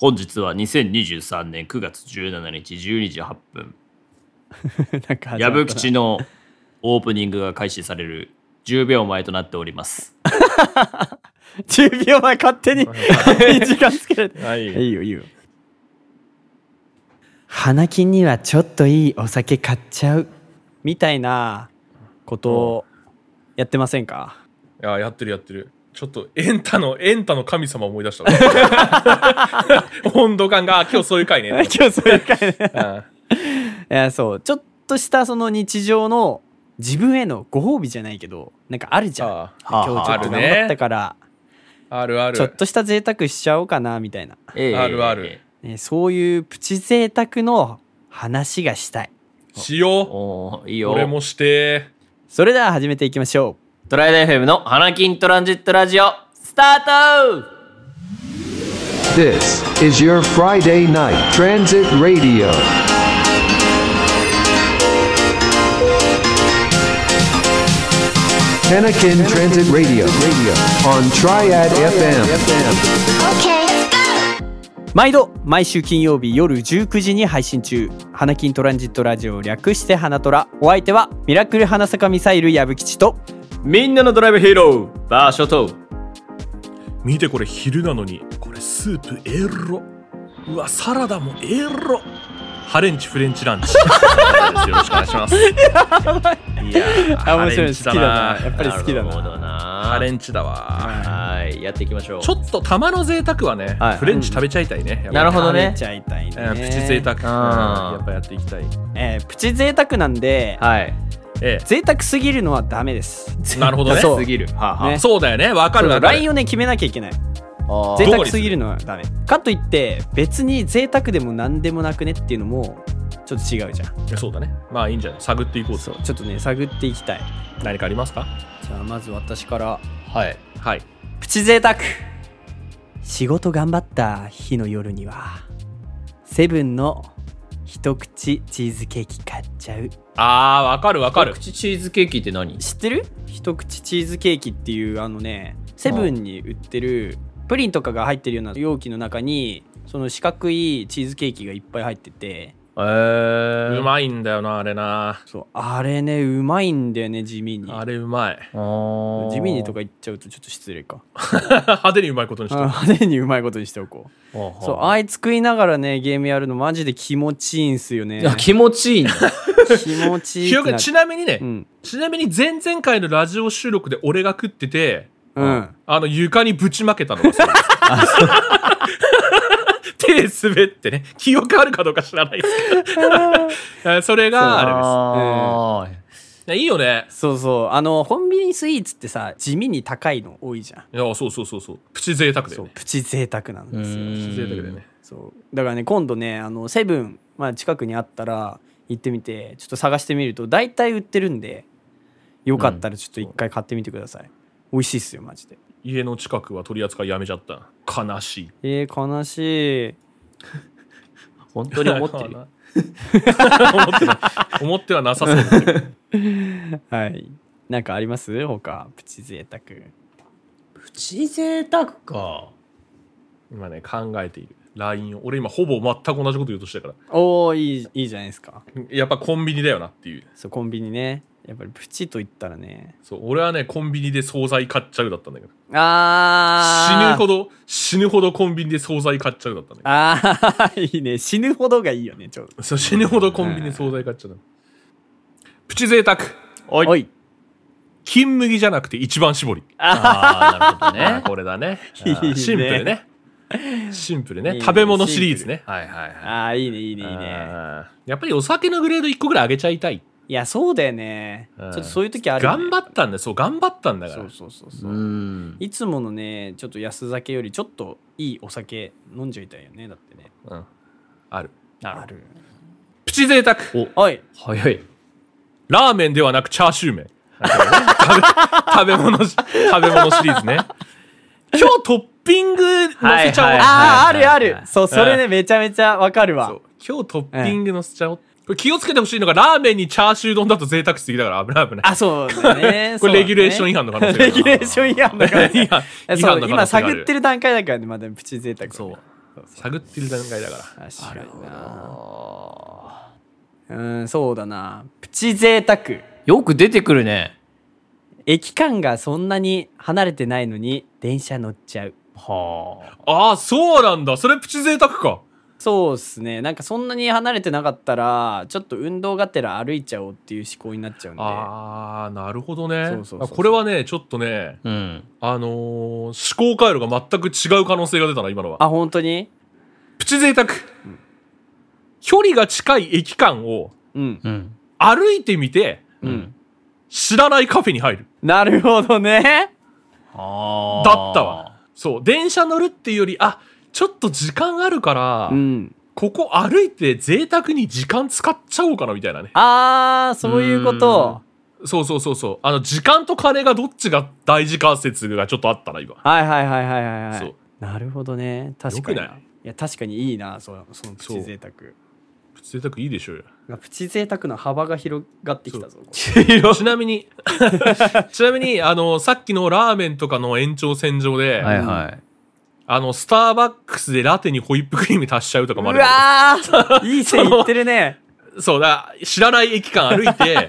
本日は2023年9月17日12時8分なんか矢吹吉のオープニングが開始される10秒前となっております10秒前勝手に 時間つけられてはいいいよいいよ花金にはちょっといいお酒買っちゃうみたいなことをやってませんか、や、やってるやってる。ちょっとエンタの、エンタの神様思い出した。 温度感が、あ今日そういう回ね。今日そういう回ねうんいやそうちょっとしたその日常の自分へのご褒美じゃないけどなんかあるじゃんあはあ今日ちょはっあとあるね頑張ったから、あるある。ちょっとした贅沢しちゃおうかなみたいな、ええあるあるねそういうプチ贅沢の話がしたいしよ。おーいいうよ俺もして。それでは始めていきましょトライダー FM の花金トランジットラジオスタート This is your Friday night transit radio. Panakin Transit Radio on Triad FM. う毎度毎週金曜日夜19時に配信中「花金トランジットラジオ」略して「花トラ」お相手はミラクル花坂ミサイル矢吹吉とみんなのドライブヒーローバーショト見てこれ昼なのにこれスープエロうわサラダもエロハレンチフレンチラン チよろしくお願いしますいやーあ面白いハレンチ好なきだなやっぱり好きだななるほどなハレンチだわはいやっていきましょうちょっとたまの贅沢はね、はいフレンチ食べちゃいたいねやっぱりなるほどね食べちゃいたいね、うんプチ贅沢、あーうんやっぱやっていきたいえープチ贅沢なんではいえ贅沢すぎるのはダメです えなるほどねそうそすぎるはあはあうねそうだよねわかるわかラるインをね決めなきゃいけないあー贅沢すぎるのはダメかといって別に贅沢でも何でもなくねっていうのもちょっと違うじゃんいやそうだねまあいいんじゃない探っていこうそとうちょっとね探っていきたい何かありますかじゃあまず私からはいはいプチ贅沢仕事頑張った日の夜にはセブンの一口チーズケーキ買っちゃうあーわかるわかる口チーズケーキって何知ってる一口チーズケーキっていうあのねセブンに売ってるプリンとかが入ってるような容器の中にその四角いチーズケーキがいっぱい入っててえーうまいんだよなあれなそうあれねうまいんだよね地味にあれうまい地地味にとか言っちゃうとちょっと失礼か 派手にうまいことにしてる派手にうまいことにしておこうそそうあいつ食いながらねゲームやるのマジで気持ちいいんすよね気持ちいいね気持ちいいひよってくなんちなみにね、うんちなみに前々回のラジオ収録で俺が食ってて、うんあの床にぶちまけたのがそれです 手滑ってね、記憶あるかどうか知らないですけ ど。それがああーれです。いいよね。そうそうあのコンビニスイーツってさ地味に高いの多いじゃんいや、そうそうそうそう。プチ贅沢だよそうね。プチ贅沢なんですようプんチ贅沢だよね。そうだからね今度ねあのセブン、まあ、近くにあったら行ってみてちょっと探してみると大体売ってるんでよかったらちょっと一回買ってみてください、美味しいっすよマジで家の近くは取り扱いやめちゃった。悲しい。えー、悲しい本当に思ってる よ思 ってない思ってはなさそうだけどはいなんかあります他プチ贅沢プチ贅沢か今ね、考えている。LINE を。俺今ほぼ全く同じこと言おうとしたから。おおいいいいじゃないですかやっぱコンビニだよなっていう。そうコンビニねやっぱりプチと言ったらねそう俺はねコンビニで惣菜買っちゃうだったんだけど死あぬーほど死ぬほどコンビニで惣菜買っちゃうだったんだけあーいいね死ぬほどがいいよねちょうどどそう死ぬほどコンビニで惣菜買っちゃうのプチ贅沢おおい金麦じゃなくて一番絞りああ なるほどねあこれだねいいねあシンプルねシンプルいいねね食べ物シリーズねはいはいはいあーいいねいいねいいねあーやっぱりお酒のグレード1個ぐらい上げちゃいたいいやそうだよね、うんちょっとそういう時ある、ね、頑張ったんだよそう頑張ったんだかそらうそうそううそう、んいつものねちょっと安酒よりちょっといいお酒飲んじゃいたいよねだってねうんあるあるプチ贅沢おい早いラーメンではなくチャーシュー麺。 食べ食べ物し、食べ物シリーズね。今日トッピング乗せちゃおう。はいはいああ、はいあるあはるいそうそれね、めちゃめちゃわかるそわう今日トッピング乗せちゃおう。これ気をつけてほしいのが、ラーメンにチャーシュー丼だと贅沢しすぎだから危ない危ない。あそうだね これレギュレーション違違反の可能性があレるギュレーション違反だから 違反違反の可能性があそうる今探ってる段階だからねまだプチ贅沢そう。探ってる段階だから。確かになうんそうだなプチ贅沢よく出てくるね。駅間がそんなに離れてないのに電車乗っちゃうはあ。ああ、そうなんだ。それプチ贅沢か。そうっすねなんかそんなに離れてなかったらちょっと運動がてら歩いちゃおうっていう思考になっちゃうんでああ、なるほどねそうそうそうそうあこれはね、ちょっとね、うん。あのー思考回路が全く違う可能性が出たな、今のは。あ本当にプチ贅沢、距離が近い駅間をうんうん。歩いてみて、うん知らないカフェに入る。なるほどねあだったわ。。そう、電車乗るっていうより、あ、ちょっと時間あるから、うんここ歩いて贅沢に時間使っちゃおうかなみたいなね。あーそういうことそうそうそうそう。あの、時間と金がどっちが大事か説がちょっとあったな、今。はいはいはいはいはいはそいうなるほどね確かによくないや確かにいいなそのそのプそチう贅沢贅沢いいでしょうよ。プチ贅沢の幅が広がってきたぞこれちなみに、 ちなみに、あの、さっきのラーメンとかの延長線上で、はいはい。あの、スターバックスでラテにホイップクリーム足しちゃうとかうもあるよねわーいい線いってるねそうだ、知らない駅間歩い て、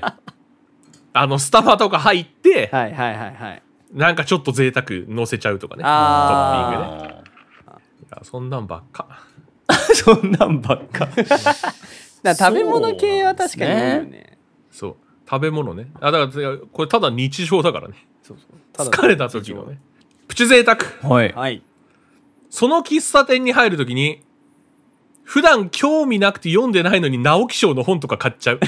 あの、スタバとか入って、はいはいはいはいなんかちょっと贅沢乗せちゃうとかね。トッピングね。ああいやそんなんばっか。ーそんなんばっか。ーだから食べ物系は確かに多いよねそう。食べ物ね。あ、だから、これただ日常だからね。そうそう疲れた時のね。プチ贅沢。はい。はいその喫茶店に入るときに、普段興味なくて読んでないのに直木賞の本とか買っ ちゃう。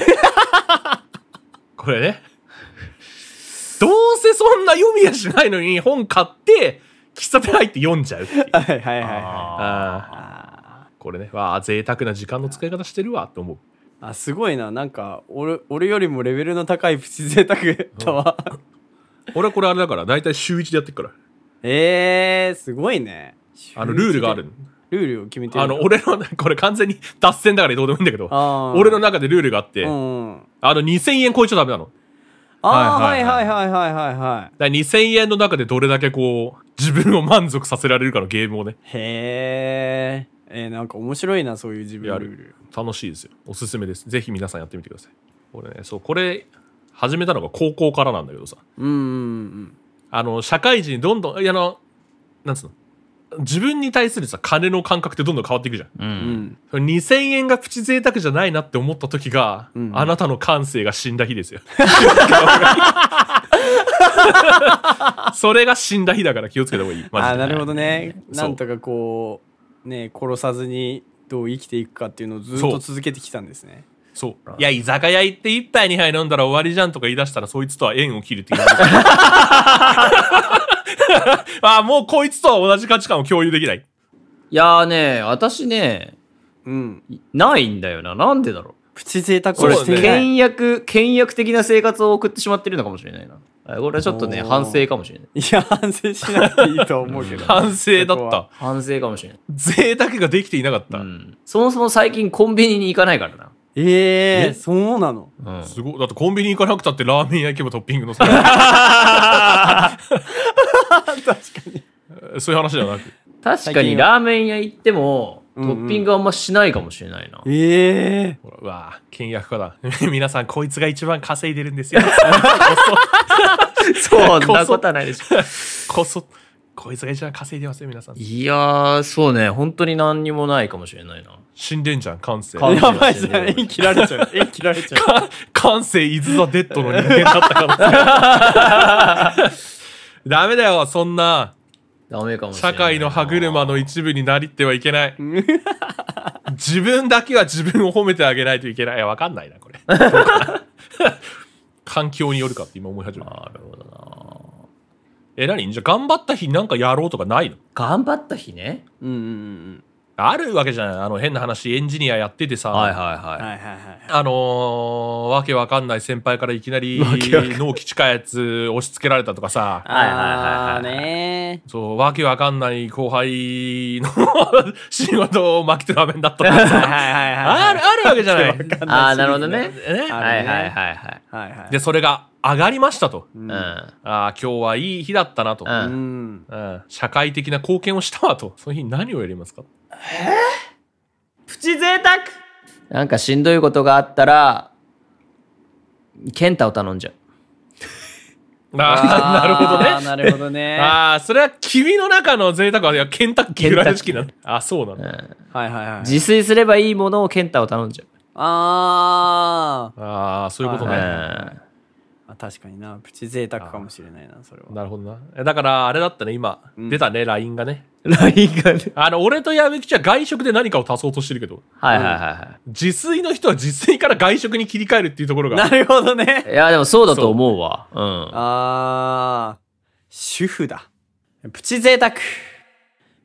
これね。どうせそんな読みやしないのに本買って、喫茶店入って読んじゃうっていう。はいはいはいはいああこれね、わあ、贅沢な時間の使い方してるわって思う。あすごいななんか俺俺よりもレベルの高いプチ贅沢だわ俺はこれあれだから、だいたい週1でやってるから。えー、すごいねあの、ルールがある。ルールを決めてるあの、俺の、これ完全に脱線だからどうでもいいんだけど、あー俺の中でルールがあって、うんうんあの、2000円超えちゃダメなの。あーははいいははいいはいはいはいはいだから2000円の中でどれだけこう、自分を満足させられるかのゲームをね、へーえー、なんか面白いなそういう自分のやルーるル。楽しいですよ。おすすめです。ぜひ皆さんやってみてください。俺ね、そう、これ、始めたのが高校からなんだけどさ、うんうんあの、社会人どんどん、いや、あの、なんつうの、自分に対するさ、金の感覚ってどんどん変わっていくじゃん。う。うんうんんその2000円がプチ贅沢じゃないなって思った時が、んあなたの感性が死んだ日ですよ。 それが死んだ日だから気をつけた方がいい。マジあでーなるほどねそうなんとかこうね殺さずにどう生きていくかっていうのをずっとそう続けてきたんですねそう。いや、居酒屋行って一杯二杯飲んだら終わりじゃんとか言い出したら、そいつとは縁を切るっていう。あーもうこいつとは同じ価値観を共有できない。いやーね、私ね、うんないんだよな。なんでだろう。プチ贅沢こをれ、そうしていだねない、倹約、倹約的な生活を送ってしまってるのかもしれないな。あこれはちょっとね、おー反省かもしれない。いや反省しなくていいと思うけど反省だそこっはた。反省かもしれない。贅沢ができていなかった。うん。そもそも最近コンビニに行かないからな。えええそうなのうん。すごい。だってコンビニ行かなくたってラーメン屋行けばトッピングのさ。確かに。そういう話ではなく。確か最近にはラーメン屋行っても、トんうんッピングあんましないかもしれないな。ええほらうわぁ、倹約家だ。 皆さん、こいつが一番稼いでるんですよ。そんなことはないでしょ。こそ、こいつが一番稼いでますよ、皆さん。いやー、そうね、本当に何にもないかもしれないな。死んでんじゃん、感性。感やばいじゃん反省してる縁切られちゃう縁切られちゃう 感性イズザ・デッドの人間だったから。ダメだよ、そんな。ダメかもしれない社な。会の歯車の一部になりってはいけない。自分だけは自分を褒めてあげないといけない。いやわかんないな、これ。どうかな環境によるかって今思い始めた。なるほどな。え、何じゃあ頑張った日なんかやろうとかないの頑張った日ね。うんうんうんあるわけじゃないあの変な話、エンジニアやっててさ、はいはいうんははいはいはいあのーわけわかんない先輩からいきなり納期近いやつ押し付けられたとかさ、はいはいはいはいあーねそう、わけわかんない後輩の 仕事を巻き取らめんだったとかー。さ、はいはいはいはい。 ある、あるわけじゃない。い。ああ、なるほどね。ねあはるいねはいはいはい。はいはい。で、それが上がりましたと。うん。ああ、今日はいい日だったなと。うんうん。うん社会的な貢献をしたわと。その日に何をやりますかプチ贅沢なんかしんどいことがあったら、ケンタを頼んじゃう。ああ、なるほどあーね。なるほどね。はああ、それは君の中の贅沢は、いや、ケンタッキーぐらい好きなケの。あそうなんいだ。はいはい。自炊すればいいものをケンタを頼んじゃう。あーああ、そういうことうね。んあ。確かにな。プチ贅沢かもしれないな、それは。なるほどな。えだから、あれだったね、今、出たね、LINE がね。 LINE がね。あの、俺と矢吹ちは外食で何かを足そうとしてるけど、はいはいは自炊の人は自炊から外食に切り替えるっていうところなが、るほどい。ね。いや、でもそうだと思うわ。うん。あー。主婦だ。プチ贅沢。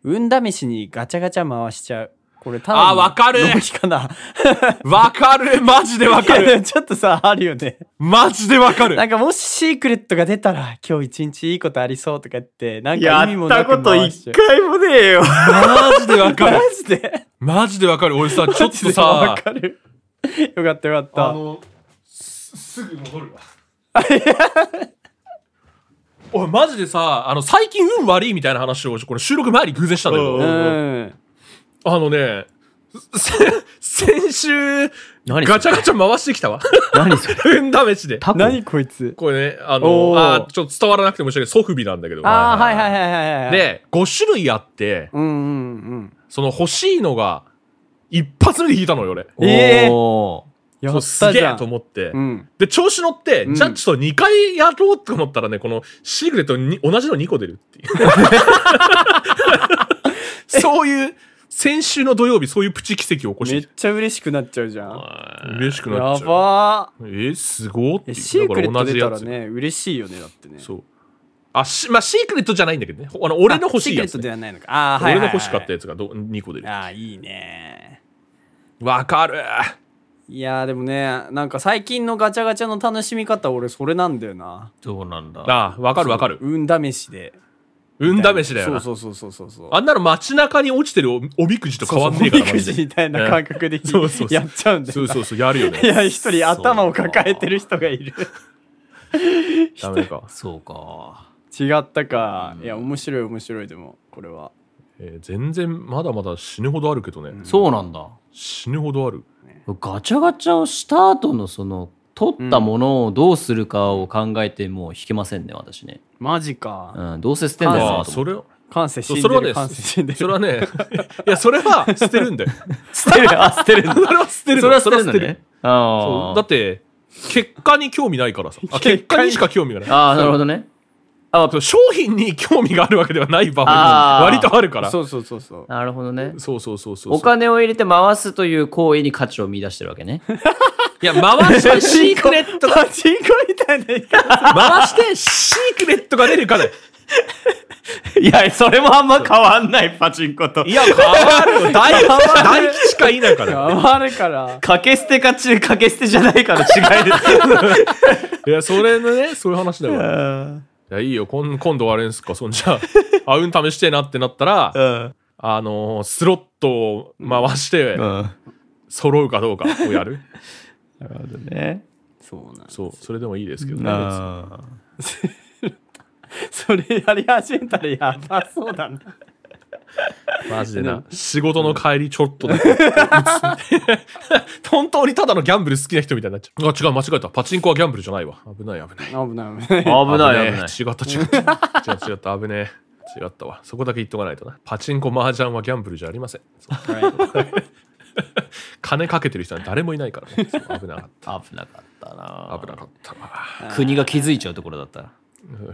運試しにガチャガチャ回しちゃう。これただのあーわかる浪費かな。わかるマジでわか るちょっとさ、あるよね。マジでわかるなんかもしシークレットが出たら、今日一日いいことありそうとか言って、なんやかっ意味もなたこくと回し一ちゃう。回もねえよ。マジでわかマるジで マジでわかる俺さ、ちょっとわさ、かる。よかったよかった。の、すすぐ戻るわ。 おい、マジでさ、あの、最近運悪いみたいな話を、これ収録前に偶然したんだけうど、ん。あのね、せ先週、何ガチャガチャ回してきたわ。何 それ運試しで。タコ何こいつこれね、あおの、ーあーちょっと伝わらなくて申し訳ない。ソフビなんだけど。ああ、はいはいはいはいはい。、で、5種類あって、うんうんその欲しいのが、一発目で引いたのよ、俺。えーおうん。やそうっすたげじゃえん。と思って。うん。で、調子乗って、んジャッジと2回やろうと思ったらね、このシークレットに同じの2個出 るっていう。そういう、先週の土曜日、そういうプチ奇跡を起こめしってきちゃ嬉しくなっちゃうじゃん。やた。嬉しくなっちゃう。ばえー、すごーってー。いえう。シークレット出ただから同じやね、嬉しいよね、だってね。つ。そう。あ、し、まあ、シークレットじゃないんだけどね。ほあの、俺の欲しいあシークレやットつ、でね。はないのか。ああ、はい俺はいのはい。欲しかったやつがど2個出る。ああ、いいね。わかる。いやーでもね、なんか最近のガチャガチャの楽しみ方、俺それなんだよな。どうなんだああ、わかるわかる。運試しで。運試しだよな。そうそうそうそうそう。あんなの街中に落ちてるおおみくじと変わんねえから。おみくじみたいな感覚でそうそうそうやっちゃうんだそような。そうそう、やるよい ね。や、一人頭を抱えてる人がいる。 ダメか。そうか。違ったか。いや、面白い面白いでも、これは。えー全然まだまだ死ぬほどあるけどね。そうなんだ。死ぬほどある。ガチャガチャをした後のその、取ったものをどうするかを考えてもう引けませんね、私ね。マジか。うん、どうせ捨てんだそうよあなあ、と思そっれを。感性死そんうでそれはる。ね、感性死んでる。それはね、 いや、それは捨てる んだよ。て。捨てる、あ、捨てるんだ。 それは捨てるのそれは捨てるのそれは捨ね。あそうあ。だって、結果に興味ないからさ。結あ果に結果にしか興味がない。ああ、なるほどね。あそう商品に興味があるわけではない場合あー割とあるから。そそううそうそうそう。なるほどね。そうそうそうそう。お金を入れて回すという行為に価値を見出してるわけ ね。いや、回してシークレット、パチンコみたいな言い方。回してシークレットが出るから。いや、それもあんま変わんない、パチンコといや、変わるよ。大吉、大吉しかいないから。回るから。かけ捨てか中、かけ捨てじゃないかの違いです。いや、それのね、そういう話だよ。いや、いいよ。今今度はあれですか、そんじゃ、 あうん試してえなってなったら、あのー、スロットを回して、揃うかどうかをや る。ね。そうなん。そう、それでもいいですけどね。それやり始めたらやばそうだな。別にマジでな。仕事の帰りちょっとだけ。本当にただのギャンブル好きな人みたいになっちゃう。あ、違う、間違えた。パチンコはギャンブルじゃないわ。危ない、危ない。危ない危 ない。危ない危ない。違った違った。違った違った。危ねえ。違ったわ。そこだけ言っとかないとな。パチンコ、麻雀はギャンブルじゃありません。そう金かけてる人は誰もいないからね。そう危なかっ 危なかったなた。危なかったわ。国が気づいちゃうところだったら。うん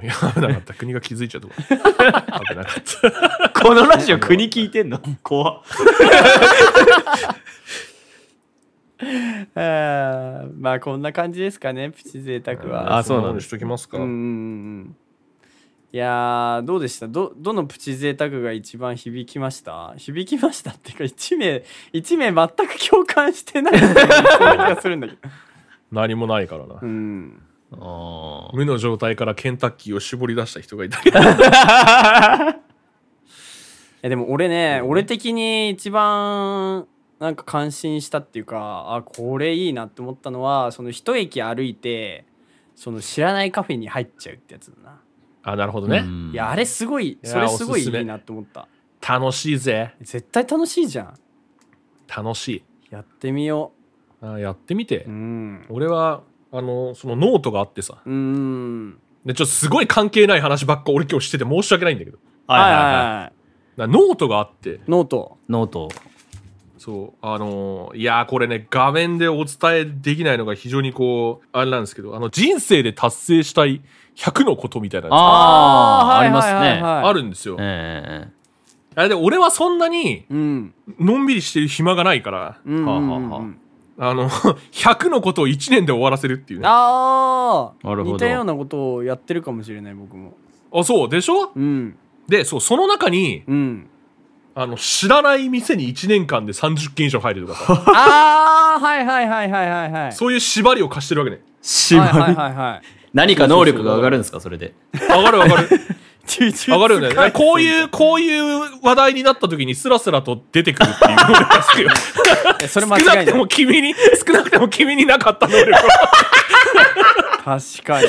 いや危なかった。国が気づいちゃうとこ。危なかった。このラジオ国聞いてんの怖あーまあこんな感じですかね、プチ贅沢は。あそうなのんしときますか。うんうんうん。いやーどうでしたどどのプチ贅沢が一番響きました響きましたっていうか1名一名全く共感してないような気がするんだけど、何もないからなう。ん、無の状態からケンタッキーを絞り出した人がいたけど。えでも俺ね、俺的に一番なんか感心したっていうかあこれいいなって思ったのはその一駅歩いてその知らないカフェに入っちゃうってやつだな、あ、なるほどね。いやあれすごいやそれすごいおすすめいいなって思った楽しいぜ絶対楽しいじゃん楽しいやってみよあやってみて、ううん俺はあのそのノートがあってさうーんでちょっとすごい関係ない話ばっか俺今日してて申し訳ないんだけどはいはいい。はいなノートがあってノートノート。そうあのーいやーこれね画面でお伝えできないのが非常にこうあれなんですけどあの人生で達成したい100のことみたいなやつああ、ありますはいはいはいね。はいあるんですよ、えあれで俺はそんなにうんのんびりしてる暇がないから、うんうんうんうんはあはあはあの 100のことを1年で終わらせるっていうねあああなるほど似たようなことをやってるかもしれない僕もそうでしょうんでそうその中にうんあの知らない店に1年間で30件以上入るとかさああはいはいはいはいはいはいそういう縛りを貸してるわけねえ。はいはいはいはい何か能力が上がるんですか、それで。わかるわ かる呪術わかるよね廻戦こういうこういう話題になった時にスラスラと出てくるっていう能力 が必要えそれ間少な違くいてなもい 君に少なくても君になかった能力確かに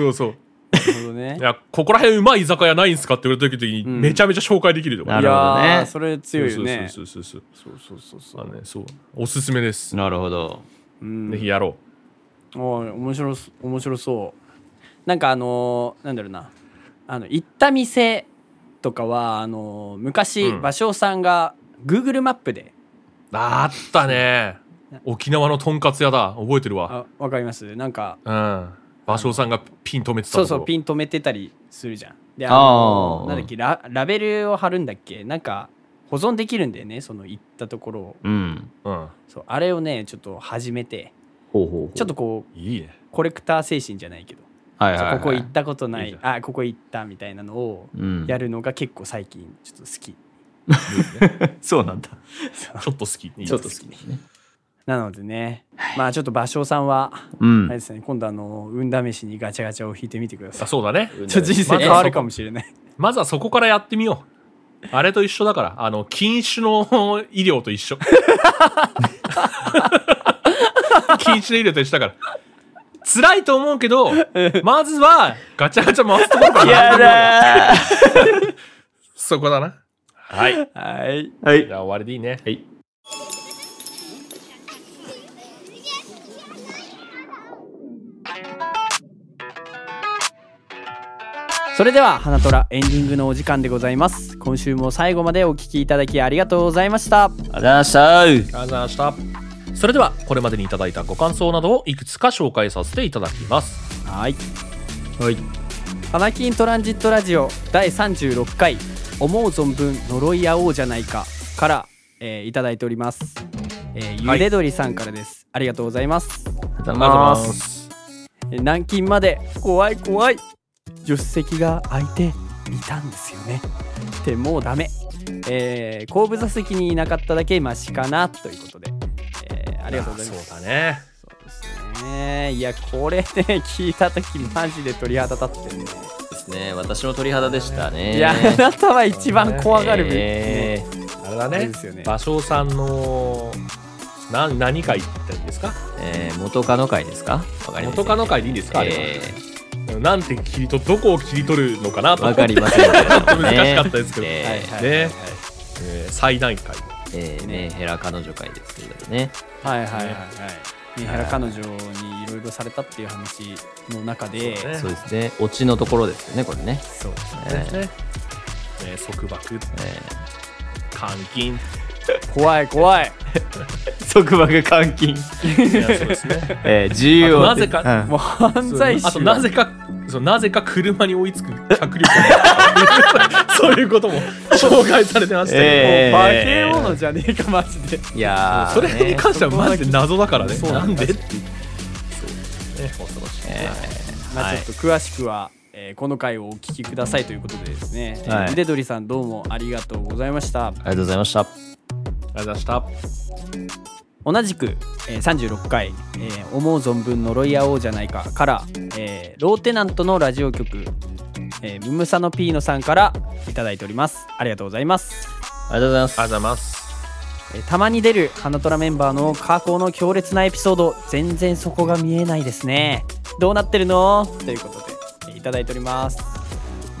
うんそうなるほどね いやここら辺うまい居酒屋ないんすかって言われた時にんめちゃめちゃ紹介できるとか、ないるほどねやーそれ強いよねそうそうそうそうそうそうそうそまあうねそうおすすめです、なるほど。うんぜひやろおい面白そ面白そうなんかあのーなんだろうなあの行った店とかはあのー昔うん芭蕉、さんが Google マップでうあったね沖縄のとんかつ屋だ覚えてるあわわかりますなんかうん芭蕉さんがピン止めてそたとこうそうピン止めてたりするじゃんでああのーーなんだっけララベルを貼るんだっけなんか保存できるんだよねその行ったところをうん。うんそうあれをねちょっと始めてほうほうほうちょっとこういいねコレクター精神じゃないけど、はいはいはい、そうここ行ったことないいいじあここ行ったみたいなのをうんやるのが結構最近ちょっと好き、そうなんだ。ちょっと 好きちょっと好きですね。なのでね、まあちょっと芭蕉さんは、うあれん。ですね、今度あの運試しにガチャガチャを引いてみてくださあい。そうだね ちょっと人生変わるかもしれない。まずはそこからやってみようあれと一緒だからあの禁酒の医療と一緒 禁酒の医療と一緒だから辛いと思うけどまずはガチャガチャ回すところからやってみようよだ そこだなはいじーはい。はい。ゃあ終わりでいいねはい。それでは、花虎エンディングのお時間でございます。今週も最後までお聞きいただきありがとうございました。ありがとうございました。ありがとうございましたそれではこれまでにいただいたご感想などをいくつか紹介させていただきますはい。はい。花金トランジットラジオ第36回、思う存分呪い合おうじゃないかから、えーいただいております。えーはいゆでどりさんからです。ありがとうございます。ありがとありがとうございま。すえ南京まで怖い怖い助手席が空いていたんですよねってもうダメ、えー後部座席にいなかっただけマシかなということで、えーあありがとうございますそうだねそうですねいやこれね聞いた時マジで鳥肌立ってるね、うですね。私の鳥肌でしたね。いやあなたは一番怖がるべき、えねあれだあれねですよね芭蕉さんのな何会って言ったんですかーえー元カノ会ですかわかりません元カノ会でいいんですか、あれはえなんて切り取どこを切り取るのかなーとわかりませんけれど ちょっもとね。難しかったですけどえーはいはいねえー最難会えーね、ヘラ彼女会ですけれどもね。はいはいはいはい三原彼女にいろいろされたっていう話の中でそうねそうですね。オチのところですよね、これね。そうですね、えー束縛監禁 い怖い怖い束縛監禁。やそうですねえー、自由あを。となぜかうんもう犯そう罪あ者となぜかそうなぜか車に追いつく脚力が そういうことも紹介されてましたけど、え化け物じゃねえかマジでいやー それに関してはマジで謎だからねそうななんんだでっていうそうね恐ろしいえまあちょっと詳しくは、えーこの回をお聞きくださいということでですね、えーはいゆでどりさんどうもありがとうございましたありがとうございました。ありがとうございました同じく、えー36回、えー思う存分呪い合おうじゃないか」から、えーローテナントのラジオ局えームムサノピーノさんからいただいておりますありがとうございますありがとうございます。ありがとうございますえーたまに出る花虎メンバーの過去の強烈なエピソード全然そこが見えないですねどうなってるのということでえーいただいております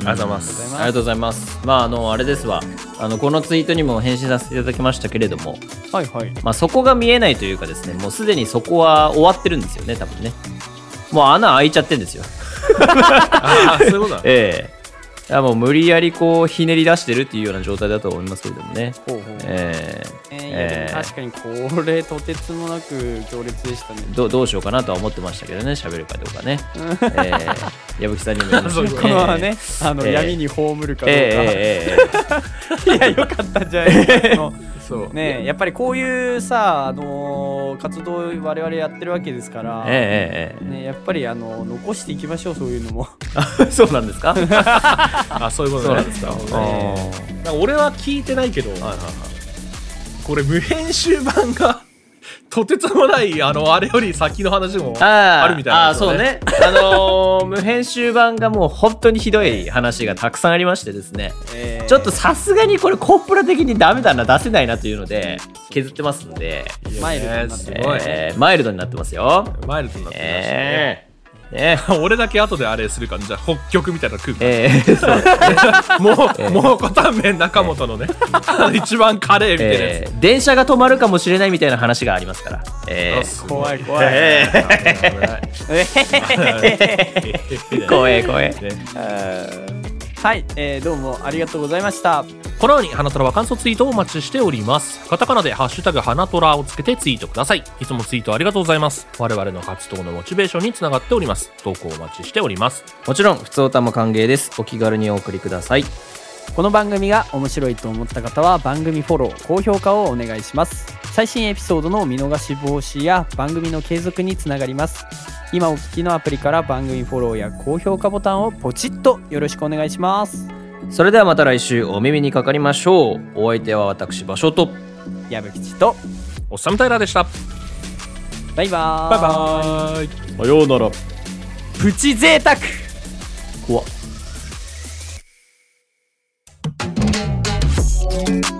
ありがとうございまあすりがとうございます。まあ、あの、あれですわ。あのこのツイートにも返信させていただきましたけれども、はいはいまあ、そこが見えないというかですねもうすでにそこは終わってるんですよね多分ねもう穴開いちゃってるんですよああ、そういう ことだ。ええいやもう無理やりこうひねり出してるっていうような状態だと思いますけれどもねほうほうえええーいやでもえー確かにこれとてつもなく強烈でしたねどどうしようかなとは思ってましたけどね喋るかどうかね、ええ矢吹さんにも言い ましたけどこのはね、あの、えー闇に葬るかどうか、ええええええいやよかったんじゃないです かあのそう。ねえやっぱりこういうさ、あのー活動を我々やってるわけですから、えええええね、やっぱりあの残していきましょうそういうのもえ そうなんですかあ、そういうことそうなんねですかなるほどねあなんか俺は聞いてないけど、これ無編集版が とてつもないあのあれより先の話もーあーあるみたいな、あーそう。ねあのー無編集版がもう本当にひどい話がたくさんありましてですねえーちょっとさすがにこれコンプラ的にダメだな出せないなというので削ってますんで、マイルドになってするごい。えーマイルドになってますよマイルドになってましたね。ええね 俺だけ後であれするかじゃあ北極みたいな空気、ええそうもう、もうコタンメン中本のね、一番カレーみたいなやつ、えー電車が止まるかもしれないみたいな話がありますから、えあすご怖い怖い、えー危ない怖え怖えはい、えーどうもありがとうございましたこのように花虎は感想ツイートをお待ちしておりますカタカナで「ハッシュタグ花虎」をつけてツイートくださいいつもツイートありがとうございます我々の活動のモチベーションにつながっております投稿お待ちしておりますもちろん普通歌も歓迎ですお気軽にお送りくださいこの番組が面白いと思った方は番組フォロー高評価をお願いします最新エピソードの見逃し防止や番組の継続につながります今お聞きのアプリから番組フォローや高評価ボタンをポチッとよろしくお願いしますそれではまた来週お耳にかかりましょうお相手は私場所と矢吹吉とおっさんタイラーでしたバイバーバイバーイさようならプチ贅沢怖っ